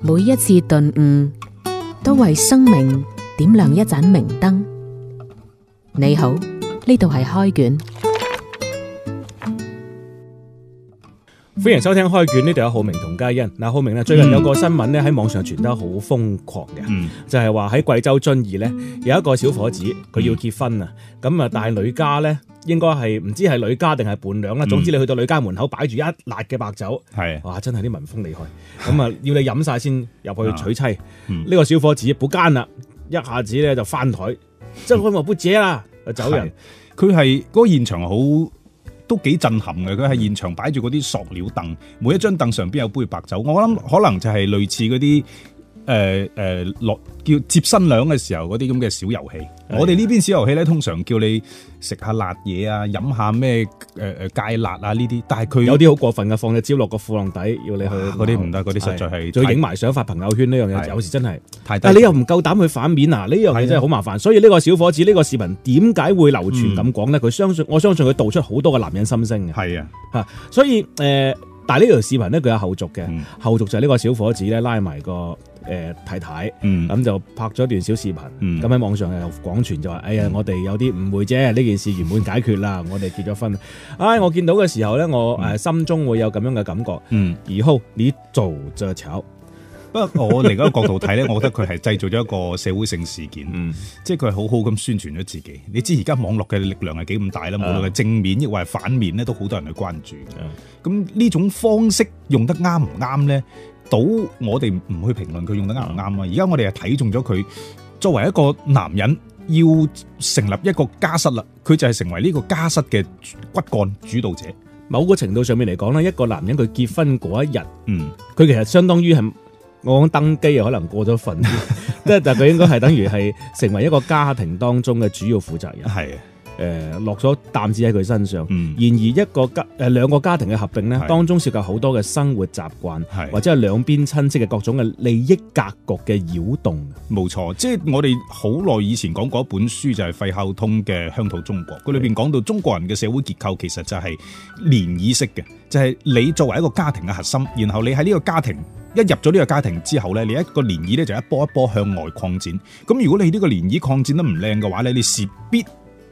每一次頓悟，都為生命點亮一盞明燈。你好，呢度係開卷，歡迎收聽開卷，呢度有浩明同佳欣。嗱，浩明咧最近有個新聞咧喺網上傳得好瘋狂嘅，嗯，就係話喺貴州遵義咧有一個小伙子佢要結婚啊，咁嗯啊但係女家咧應該係唔知係女家定係伴娘啦，嗯總之你去到女家門口擺住一辣嘅白酒，係哇真係啲民風厲害，咁啊要你飲晒先入去娶妻。呢、嗯個小伙子不奸啦，一下子咧就翻台，嗯即係佢話不姐啦，就走人。佢係嗰個現場好都幾震撼嘅。佢係現場擺住嗰啲塑料凳，每一張凳上邊有杯白酒。我諗可能就係類似嗰啲誒誒落叫接新娘嘅時候嗰啲咁嘅小遊戲。係我哋呢邊小遊戲咧，通常叫你食下辣嘢啊，飲下咩誒誒芥辣啊呢啲，但係佢有啲好過分嘅，放隻蕉落個褲浪底，要你去啊嗰啲唔得嗰啲實在係仲要太影埋相發朋友圈呢樣嘢，係有時真係。太低但係你又唔夠膽去反面啊！呢樣嘢真係好麻煩。所以呢個小伙子呢個視頻點解會流傳咁講呢？佢相信我相信佢道出好多個男人心聲嘅嗯係啊，嚇。所以誒、呃但係呢條視頻呢，佢有後續嘅，嗯後續就係呢個小伙子呢，拉埋個誒、呃太太。嗯咁就拍咗一段小視頻，嗯咁喺啊網上又廣傳就話：哎呀，我哋有啲誤會啫，呢件事原本解決啦，我哋結咗婚。唉，我見到嘅時候呢，我誒心中會有咁樣嘅感覺。嗯。以後你做就炒，不過我另一個角度睇咧，我覺得佢係製造咗一個社會性事件，即係佢係好好咁宣傳咗自己。你知而家網絡嘅力量係幾咁大啦，無啊論係正面亦或係反面咧，都好多人去關注嘅啊。咁呢種方式用得啱唔啱咧？到我哋唔去評論佢用得啱唔啱啊！而家我哋係睇中咗佢作為一個男人。要成立一個家室啦，佢就係成為呢個家室嘅骨幹主導者。某個程度上面嚟講呢一個男人佢結婚嗰一日，嗯，佢其實相當於係我講登基啊，可能過咗份，即係但係佢應該係等於係成為一個家庭當中嘅主要負責人。係啊，誒、落咗擔子喺佢身上。嗯，然而一個家誒兩個家庭嘅合併呢，係當中涉及好多嘅生活習慣，係或者係兩邊親戚嘅各種嘅利益格局嘅擾動。冇錯，即係我哋好耐以前講過一本書，就係費孝通嘅《鄉土中國》，佢裏邊講到中國人嘅社會結構其實就係連議式嘅，就係、你作為一個家庭嘅啊核心，然後你喺呢個家庭一入咗呢個家庭之後呢，你一個連議呢就一波一波向外擴展。咁如果你呢個連議擴展得唔靚嘅話呢，你是必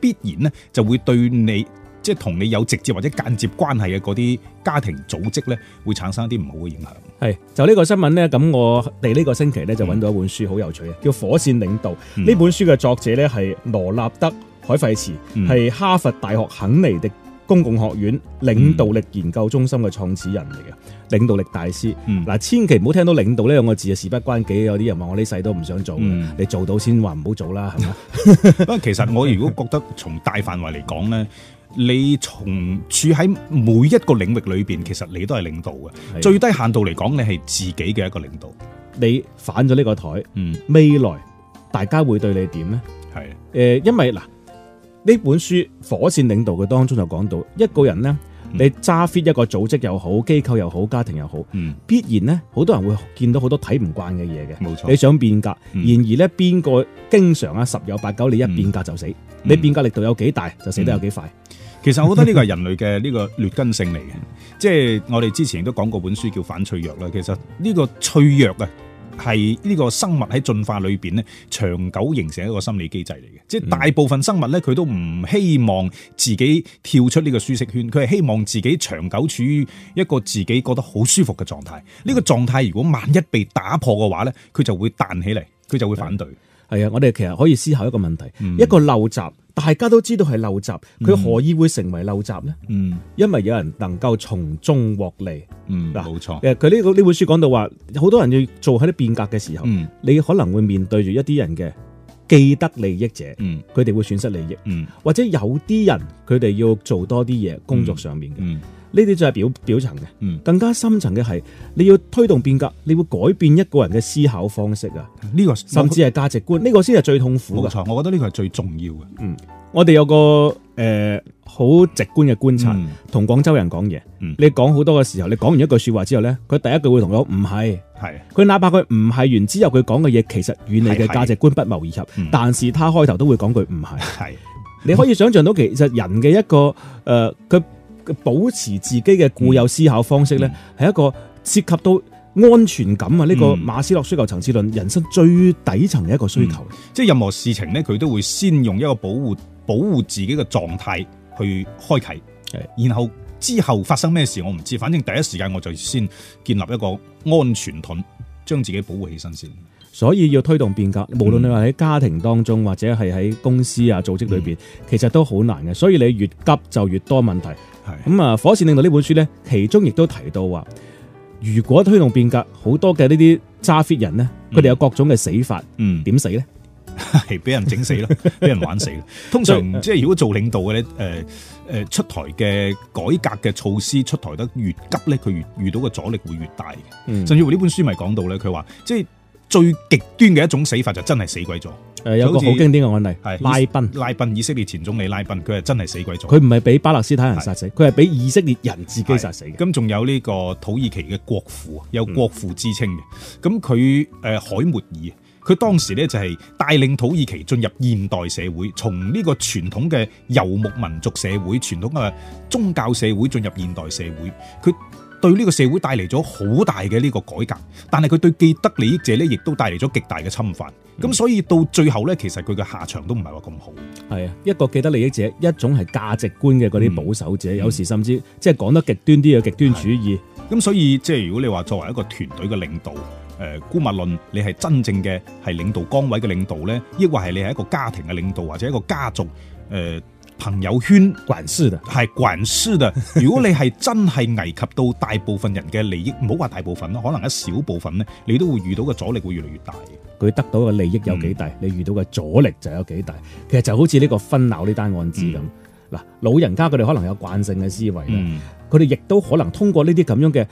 必然呢就會對你。即係同你有直接或者間接關係嘅嗰啲家庭組織呢，會產生一啲唔好嘅影響。係就呢個新聞呢，咁我哋呢個星期呢，就揾到一本書好有趣嘅，啊叫《火線領導》。呢、嗯本書嘅作者呢，係羅納德海費茨，嗯係、哈佛大學肯尼迪公共學院領導力研究中心嘅創始人嚟嘅，領導力大師。嗯嗱，千祈唔好聽到領導呢兩個字啊，事不關己。有啲人話我呢世都唔想做嘅，啊嗯你做到先話唔好做啦，係嘛？ 不過其實我如果覺得從大範圍嚟講呢， 你從處喺每一個領域裏邊，其實你都係領導係嘅。最低限度嚟講，你係自己嘅一個領導。你反咗呢個台，嗯，未來大家會對你點呢？係啊誒、因為嗱呢本書《火線領導》嘅當中就講到，一個人呢，嗯你揸 fit 一個組織又好、機構又好、家庭又好，嗯，必然呢，好多人會見到好多睇唔慣嘅嘢嘅。冇錯。你想變革，嗯然而呢，邊個經常啊十有八九你一變革就嗯死，你變革力度有幾大就死得有幾快。其實我覺得呢個係人類嘅呢 個劣根性嚟嘅，即係我哋之前都講過本書叫《反脆弱》啦。其實呢個脆弱啊，係呢個生物喺進化裏邊咧，長久形成一個心理機制嚟嘅。即嗯係大部分生物咧，佢都唔希望自己跳出呢個舒適圈，佢係希望自己長久處於一個自己覺得好舒服嘅狀態。呢嗯個狀態如果萬一被打破嘅話咧，佢就會彈起嚟，佢就會反對。係啊，我哋其實可以思考一個問題：嗯一個陋習，大家都知道係陋習，佢何以會成為陋習呢？嗯因為有人能夠從中獲利。嗯，嗱冇錯。誒，佢呢個呢本書講到話，好多人要做喺啲變革嘅時候，嗯你可能會面對住一啲人嘅既得利益者，嗯佢哋會損失利益，嗯或者有啲人佢哋要做多啲嘢工作上面嘅，呢嗯啲就係表表層嘅。嗯，更加深層嘅係，你要推動變革，你會改變一個人嘅思考方式啊，呢個甚至係價值觀，呢、個先係最痛苦冇噶。錯，嗯我覺得呢個係最重要嘅。我哋有個誒好、直觀嘅觀察，嗯同廣州人講嘢，嗯你講好多嘅時候，你講完一句説話之後呢，佢第一句會同你講唔係。係佢哪怕佢唔係完之後佢講嘅嘢，其實與你嘅價值觀不謀而合，嗯但是他開頭都會講句唔 係。係你可以想象到，其實人嘅一個誒，呃佢、保持自己嘅固有思考方式呢，係、一個涉及到安全感啊，呢個嗯馬斯洛需求層次論，人生最底層嘅一個需求。即係任何事情咧，佢都會先用一個保護保護自己嘅狀態去開啟，係然後之後發生咩事我唔知，反正第一時間我就先建立一個安全盾，將自己保護起身先。所以要推動變嗯革，無論你話喺家庭當中或者係喺公司啊組織裏嗯邊，其實都好難嘅。所以你越急就越多問題。係咁啊，《火線領導》呢本書呢，其中亦都提到話，如果推動變革，好多嘅呢啲揸 fit 人呢，佢哋有各種嘅死法，嗯，點死呢？係俾人整死 咯，俾人玩死咯。通常即係如果做領導嘅咧，誒、誒出台嘅改革嘅措施出台得越急咧，佢越遇到嘅阻力會越大嘅。嗯甚至乎呢本書咪講到咧，佢話即係最極端嘅一種死法就真係死鬼咗。誒有個就好似好經典嘅案例，係拉賓，拉賓以色列前總理拉賓，佢係真係死鬼咗。佢唔係俾巴勒斯坦人殺死，佢係俾以色列人自己殺死嘅。咁仲有呢個土耳其嘅國父啊，有國父之稱嘅。咁佢誒海末爾，佢當時呢就係帶領土耳其進入現代社會，從呢個傳統嘅遊牧民族社會、傳統嘅宗教社會進入現代社會。佢對呢個社會帶嚟咗好大嘅呢個改革，但係佢對既得利益者呢亦都帶嚟咗極大嘅侵犯。咁所以到最後呢，其實佢嘅下場都唔係話咁好。係啊，一個既得利益者，一種係價值觀嘅嗰啲嗯保守者，有時甚至即係講得極端啲嘅極端主義。咁所以即係如果你話作為一個團隊嘅領導，誒、呃，姑勿論你係真正嘅係領導崗位嘅領導呢，抑或係你係一個家庭嘅領導或者一個家族誒、呃朋友圈管事的，係管事嘅。如果你係真係危及到大部分人嘅利益，唔好話大部分啦，可能一小部分呢，你都會遇到嘅阻力會越嚟越大嘅。佢得到嘅利益有幾大，嗯你遇到嘅阻力就有幾大。其實就好似呢個分鬧呢單案子咁。嗱，老人家佢哋可能有慣性嘅思維啦，嗯佢哋亦都可能通過呢啲咁樣嘅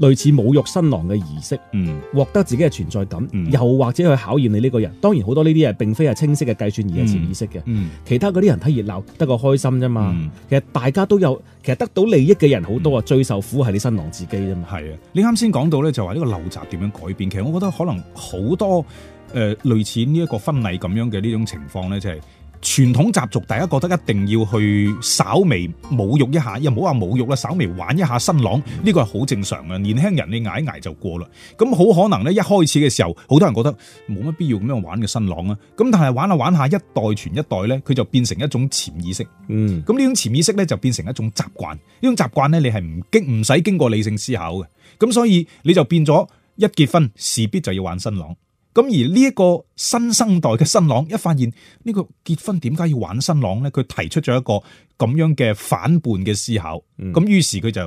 類似侮辱新郎嘅儀式，嗯獲得自己嘅存在感，嗯又或者去考驗你呢個人。當然好多呢啲嘢並非係清晰嘅計算，而係潛意識嘅。嗯其他嗰啲人睇熱鬧得個開心啫嘛。嗯其實大家都有，其實得到利益嘅人好多啊，最受苦係你新郎自己啫嘛。係啊，你啱先講到咧，就話呢個陋習點樣改變，其實我覺得可能好多誒、呃、類似呢一個婚禮咁樣嘅呢種情況咧，就係、傳統習俗，大家覺得一定要去稍微侮辱一下，又唔好話侮辱啦，稍微玩一下新郎，呢個係好正常嘅。年輕人你捱一捱就過啦。咁好可能呢，一開始嘅時候，好多人覺得冇乜必要咁樣玩嘅新郎啊。咁但係玩下玩下，一代傳一代呢，佢就變成一種潛意識。嗯，咁呢種潛意識咧就變成一種習慣，呢種習慣咧你係唔經唔使經過理性思考嘅，咁所以你就變咗一結婚事必就要玩新郎。咁而呢一個新生代嘅新郎一發現呢個結婚點解要玩新郎咧，佢提出咗一個咁樣嘅反叛嘅思考，嗯咁於是佢就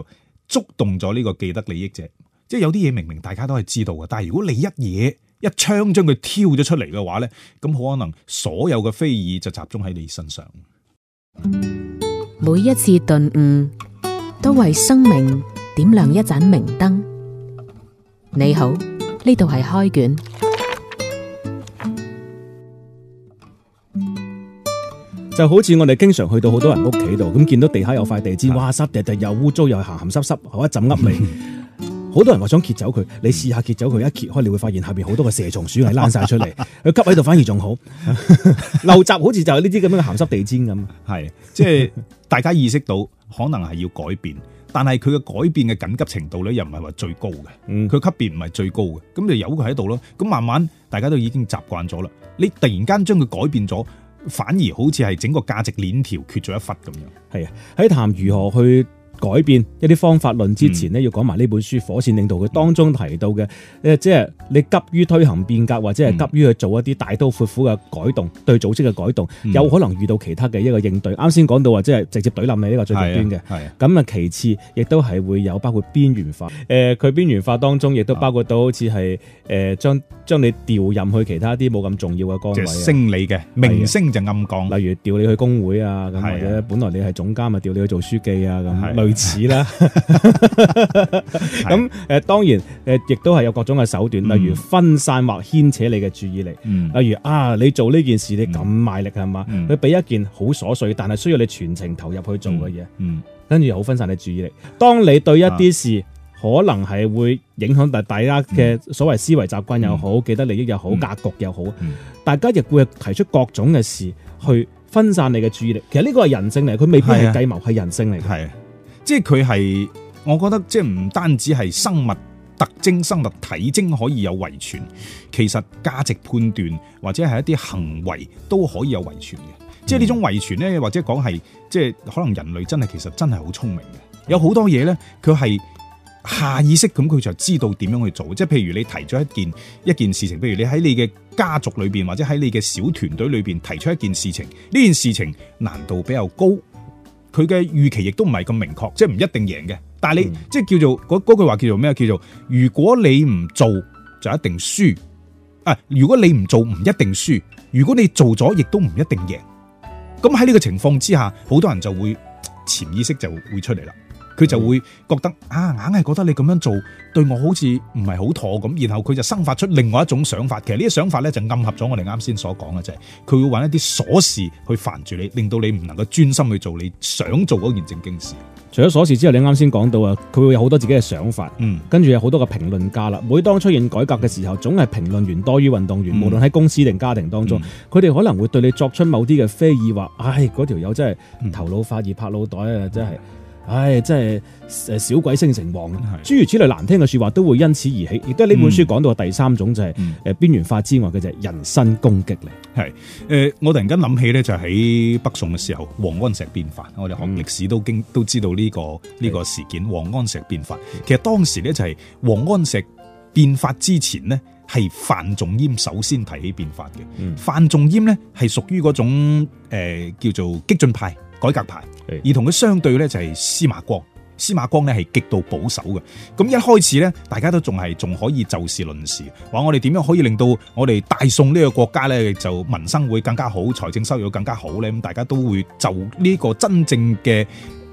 觸動咗呢個既得利益者，即係有啲嘢明明大家都係知道嘅，但係如果你一嘢一槍將佢挑咗出嚟嘅話咧，咁好可能所有嘅非議就集中喺你身上。每一次頓悟，都為生命點亮一盞明燈。你好，呢度係開卷。就好似我哋經常去到好多人屋企度，咁見到地下有塊地氈，哇濕地地又污糟又鹹鹹濕濕，好一陣噏味。好多人話想揭走佢，你試下揭走佢，一揭開你會發現下邊好多嘅蛇蟲鼠蟻躝晒出嚟，佢吸喺度反而仲好。 陋習好似就係呢啲咁樣嘅鹹濕地氈咁。係，即係大家意識到可能係要改變，但係佢嘅改變嘅緊急程度咧，又唔係話最高嘅，嗯佢級別唔係最高嘅，咁就由佢喺度咯。咁慢慢大家都已經習慣咗啦，你突然間將佢改變咗，反而好似係整個價值鏈條缺咗一忽咁樣。係啊，喺談如何去改變一啲方法論之前呢，要講埋呢本書《火線領導》佢當中提到嘅，誒，即係你急於推行變革或者係急於去做一啲大刀闊斧嘅改動，對組織嘅改動，嗯有可能遇到其他嘅一個應對。啱先講到話，即係直接懟冧你呢個最極端嘅。係啊，咁啊，其次亦都係會有包括邊緣化，誒、嗯呃佢邊緣化當中亦都啊包括到好似係誒將將你調任去其他啲冇咁重要嘅崗即位係啊。升你嘅，明星就暗降。例如調你去工會啊，咁係啊或者本來你係總監啊，調你去做書記啊，係啊咁類似 啦。咁誒當然呃誒，亦都係有各種嘅手段，嗯例如分散或牽扯你嘅注意力。嗯，例如啊，你做呢件事你咁賣力係嘛？嗯佢俾一件好瑣碎，但係需要你全程投入去做嘅嘢，嗯，跟住又好分散你注意力。當你對一啲事可能係會影響大大家嘅所謂思維習慣又好，既得利益又好，嗯格局又好，嗯大家亦會提出各種嘅事去分散你嘅注意力。其實呢個係人性嚟，佢未必係啊係計謀，係人性嚟嘅。係啊，即係佢係，我覺得即係唔單止係生物特徵生物體徵可以有遺傳，其實價值判斷或者係一啲行為都可以有遺傳嘅。即係呢種遺傳咧，或者講係即係可能人類真係其實真係好聰明嘅，有好多嘢咧，佢係下意識咁佢就知道點樣去做。即係譬如你提出一件一件事情，譬如你喺你嘅家族裏邊或者喺你嘅小團隊裏邊提出一件事情，呢件事情難度比較高，佢嘅預期亦都唔係咁明確，即係唔一定贏嘅。但係你、即係叫做嗰嗰句話叫做咩？叫做如果你唔做就一定輸啊！如果你唔做唔一定輸，如果你做咗亦都唔一定贏。咁喺呢個情況之下，好多人就會潛意識就會出嚟啦。佢就會覺得啊，硬係覺得你咁樣做對我好似唔係好妥咁，然後佢就生發出另外一種想法。其實呢啲想法咧就暗合咗我哋啱先所講嘅，就係佢會揾一啲瑣事去煩住你，令到你唔能夠專心去做你想做嗰件正經事。除咗瑣事之後，你啱先講到啊，佢會有好多自己嘅想法，嗯，跟住有好多嘅評論家啦。每當出現改革嘅時候，總係評論員多於運動員，嗯無論喺公司定家庭當中，佢哋、可能會對你作出某啲嘅非議，話：唉，嗰條友真嗯係頭腦發熱拍腦袋啊，真係。唉，真係誒小鬼升成王啊！諸如此類難聽嘅説話都會因此而起，亦都係呢本書講到嘅第三種就係嗯誒邊緣化之外嘅就係人身攻擊嚟。誒、我突然間諗起咧，就喺北宋嘅時候，王安石變法，我哋學嗯歷史都經都知道呢、個呢、個事件。王安石變法，其實當時咧就係王安石變法之前呢，係范仲淹首先提起變法嘅。嗯范仲淹呢，係屬於嗰種、呃、叫做激進派、改革派，係而同佢相對咧就係司馬光。司馬光呢係極度保守嘅，咁一開始呢，大家都仲係仲可以就事論事，話我哋點樣可以令到我哋大宋呢個國家呢，就民生會更加好，財政收入更加好呢。咁大家都會就呢個真正嘅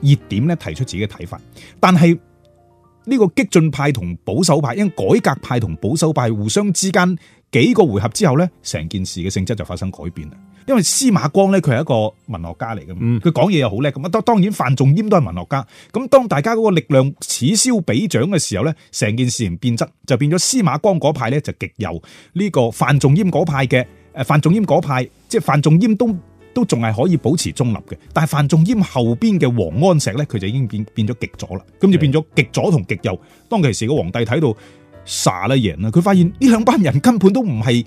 熱點呢提出自己嘅睇法，但係呢個激進派同保守派，因為改革派同保守派互相之間幾個回合之後呢，成件事嘅性質就發生改變啦。啊因為司馬光呢，佢係一個文學家嚟嘅嘛，嗯佢講嘢又好叻咁啊。當當然范仲淹都係文學家。咁當大家嗰個力量此消彼長嘅時候呢，成件事情變質，就變咗司馬光嗰派呢，就極右，呢、個范仲淹嗰派嘅誒范仲淹嗰派，即係范仲淹都。都仲係可以保持中立嘅，但係范仲淹後邊嘅王安石呢，佢就已經變變咗極左啦，咁就變咗極左同極右。當其時個皇帝睇到傻啦贏啦，佢發現呢兩班人根本都唔係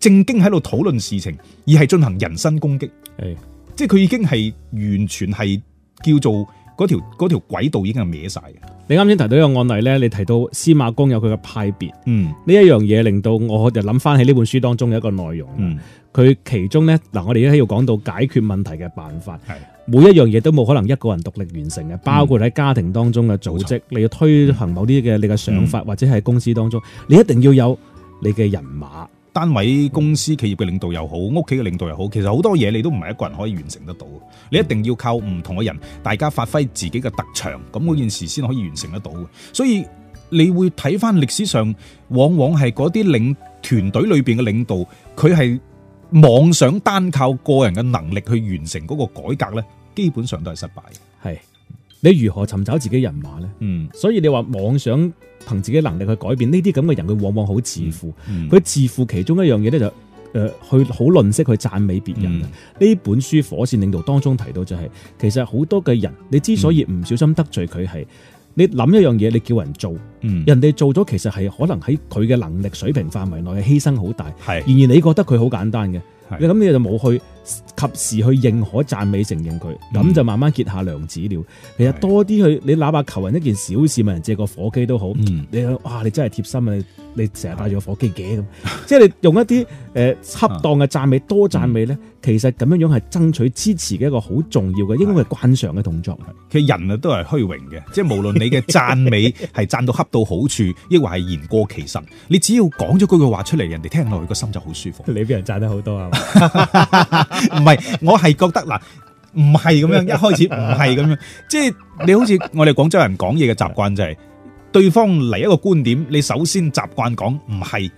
正經喺度討論事情，而係進行人身攻擊。係即係佢已經係完全係叫做嗰條嗰條軌道已經係歪晒嘅。你啱先提到一個案例呢，你提到司馬光有佢嘅派別。嗯呢一樣嘢令到我就諗翻起呢本書當中有一個內容，嗯，佢、其中呢，嗱，我哋喺度講到解決問題嘅辦法，係每一樣嘢都冇可能一個人獨立完成嘅，包括喺家庭當中嘅組織，你要推行某啲嘅你嘅想法，或者係公司當中，你一定要有你嘅人馬，單位、公司、企業嘅領導又好，屋企嘅領導又好，其實好多嘢你都唔係一個人可以完成得到，你一定要靠唔同嘅人，大家發揮自己嘅特長，咁嗰件事先可以完成得到嘅。所以你會睇翻歷史上，往往係嗰啲領團隊裏邊嘅領導，佢係妄想單靠個人嘅能力去完成嗰個改革呢，基本上都係失敗嘅。係你如何尋找自己人馬呢？嗯，所以你話妄想憑自己能力去改變呢啲咁嘅人，佢往往好自負，嗯佢、自負其中一樣嘢呢，就誒、呃去好吝嗇去讚美別人。啊嗯呢本書《火線領導》當中提到就係、其實好多嘅人，你之所以唔小心得罪佢係，你諗一樣嘢，你叫人做，嗯人哋做咗其實係可能喺佢嘅能力水平範圍內嘅犧牲好大，係然而你覺得佢好簡單嘅，係你咁你就冇去及時去認可、讚美、承認佢，咁嗯就慢慢結下梁子了。其實係多啲去，你哪怕求人一件小事，問人借個火機都好，嗯你哇！你真係貼心啊！你你成日帶住個火機 嘅咁，即係你用一啲誒、啊呃恰當嘅讚美，多讚美咧，嗯其實咁樣樣係爭取支持嘅一個好重要嘅，應該係慣常嘅動作。其實人啊都係虛榮嘅，即係無論你嘅讚美係讚到恰到好處，抑或係言過其實，你只要講咗嗰句話出嚟，人哋聽落去個心就好舒服。你俾人讚得好多啊！唔係，我係覺得嗱，唔係咁樣，一開始唔係咁樣，即係你好似我哋廣州人講嘢嘅習慣就係、對方嚟一個觀點，你首先習慣講唔係，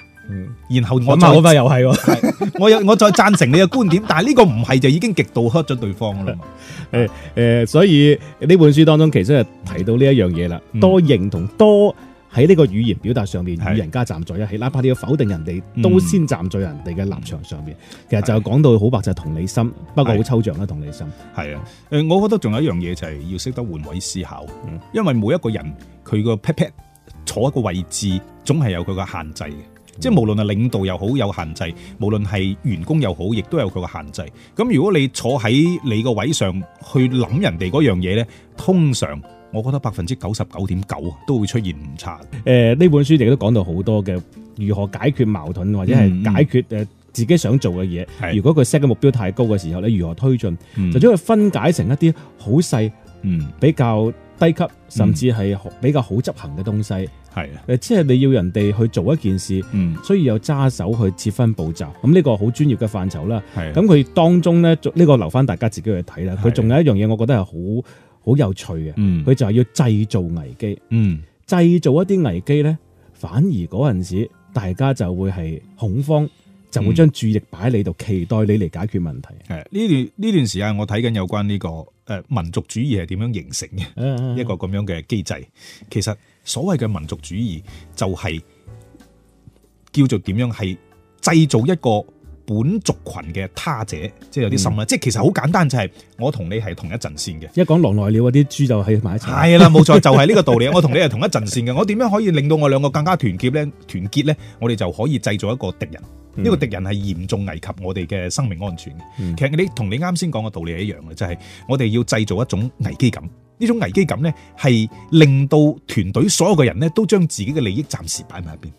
然後我再又係喎。 我有我再贊成你嘅觀點，但係呢個唔係就已經極度 hurt 咗對方㗎啦嘛。诶、呃所以呢本書當中其實係提到呢一樣嘢啦，嗯多認同多喺呢個語言表達上面係與人家站在一起，哪怕你要否定人哋，嗯都先站在人哋嘅立場上面。其實就講到好白就係同理心，不過好抽象啦，同理心。係啊，誒，我覺得仲有一樣嘢就係要識得換位思考，嗯因為每一個人佢個 pat pat 坐一個位置，總係有佢嘅限制嘅。嗯即係無論係領導又好有限制，無論係員工又好，亦都有佢嘅限制。咁如果你坐喺你個位上去諗人哋嗰樣嘢呢，通常我覺得百分之九十九點九都會出現誤差。诶，呃呢本書亦都講到好多嘅如何解決矛盾，或者嗯嗯係解決诶自己想做嘅嘢。係如果佢 set 嘅目標太高嘅時候，你如何推進？嗯就將佢分解成一啲好細、嗯，比較低級，甚至係好比較好執行嘅東西。係啊，誒，呃即係你要人哋去做一件事，嗯，需要有揸手去切分步驟。咁呢個好專業嘅範疇啦。係啊。咁佢當中咧，呢個留翻大家自己去睇啦。係佢仲有一樣嘢，我覺得係好好有趣嘅。嗯，佢就係要製造危機。嗯製造一啲危機呢，反而嗰陣時大家就會係恐慌，就會將注意力擺喺你度，期待你嚟解決問題。係啊呢段呢段時間我睇緊有關呢個誒民族主義係點樣形成嘅。嗯一個咁樣嘅機制。其實所謂嘅民族主義就係叫做點樣係製造一個本族群嘅他者，即係有啲心啦。即係其實好簡單，就係我同你係同一陣線嘅。一講狼來了嗰啲豬就喺埋一齊。 係啦，冇錯，就係呢個道理。我同你係同一陣線嘅，我點樣可以令到我兩個更加團結呢？團結呢，我哋就可以製造一個敵人。呢、個敵人係嚴重危及我哋嘅生命安全嘅。嗯其實你同你啱先講嘅道理係一樣嘅，就係、我哋要製造一種危機感。呢種危機感呢，係令到團隊所有嘅人呢，都將自己嘅利益暫時擺埋一邊，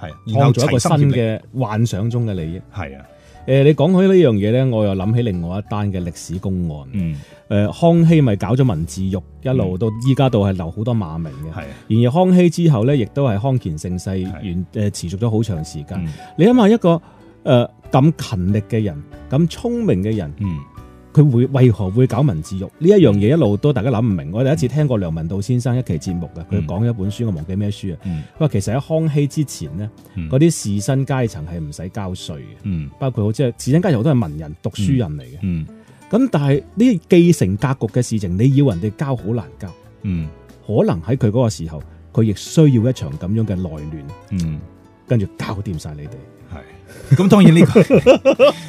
係啊，然創後造一個齊新心協力，嘅幻想中嘅利益。誒、係啊，你講起呢樣嘢呢，我又諗起另外一單嘅歷史公案。誒、嗯，康熙咪搞咗文字獄，一路到依家度係留好多罵名嘅。係啊，然而康熙之後呢，亦都係康乾盛世，係完誒持續咗好長時間。嗯你諗下一個誒咁、勤力嘅人，咁聰明嘅人。嗯，佢會為何會搞文字獄呢一樣嘢一路都大家諗唔明。我第一次聽過梁文道先生一期節目嘅，佢嗯講一本書，我忘記咩書啊。嗯，佢話其實喺康熙之前呢，嗯嗰啲士紳階層係唔使交稅嘅，嗯，包括好即係士紳階層好多係文人、讀書人嚟嘅。嗯，咁、但係呢啲既成格局嘅事情，你要人哋交好難交。嗯，可能喺佢嗰個時候，佢亦需要一場咁樣嘅內亂，嗯。跟住搞掂晒你哋。系，咁當然呢、個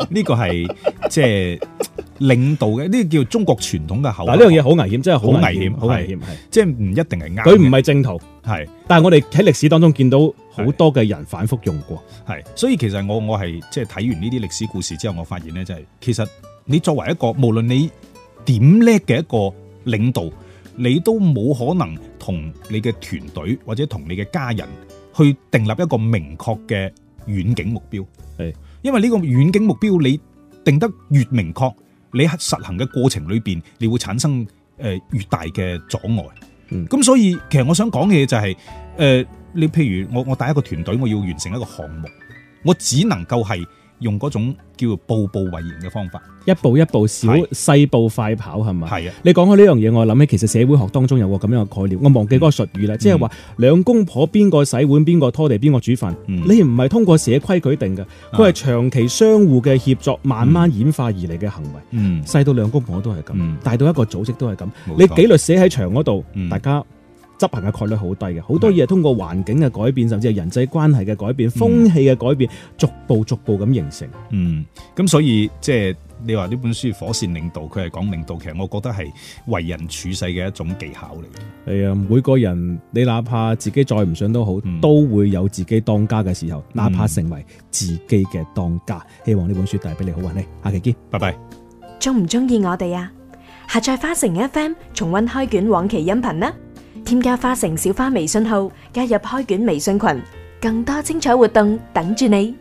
呢個係即係領導嘅，呢、個叫中國傳統嘅口號。嗱呢樣嘢好危險，真係好啊好危危險，險好危險係。即係唔一定係啱嘅。佢唔係正途，係但係我哋喺歷史當中見到好多嘅人反覆用過。係，所以其實我我係即係睇完呢啲歷史故事之後，我發現咧就係、其實你作為一個無論你點叻嘅一個領導，你都冇可能同你嘅團隊或者同你嘅家人去訂立一個明確嘅遠景目標。係，因為呢個遠景目標你定得越明確，你喺實行嘅過程裏邊，你會產生誒、呃越大嘅阻礙。嗯咁所以其實我想講嘅嘢就係、呃你譬如我我帶一個團隊，我要完成一個項目，我只能夠係用嗰種叫做步步為營嘅方法。一步一步小係細步快跑係嘛？係啊，你講開呢樣嘢，我諗起其實社會學當中有個咁樣嘅概念，我忘記嗰個術語啦，嗯即係話兩公婆邊個洗碗邊個拖地邊個煮飯，嗯啊你唔係通過社規矩定嘅，佢係長期相互嘅協作，慢慢演化而嚟嘅行為。嗯細到兩公婆都係咁嗯，大到一個組織都係咁。冇錯你紀律寫喺牆嗰度嗯，大家執行嘅概率好低嘅。好多嘢係通過環境嘅改變，甚至係人際關係嘅改變、風氣嘅改變，逐步逐步咁形成。嗯，咁所以即係你話呢本書《火線領導》，佢係講領導，其實我覺得係為人處世嘅一種技巧嚟。係啊，每個人你哪怕自己再唔想都好，嗯都會有自己當家嘅時候，哪怕成為自己嘅當家。希望呢本書帶俾你好運氣，下期見。拜拜。中唔中意我哋啊？下載花城 FM 重温開卷往期音頻啦！添加花城小花微信號，加入開卷微信群，更多精彩活動等住你。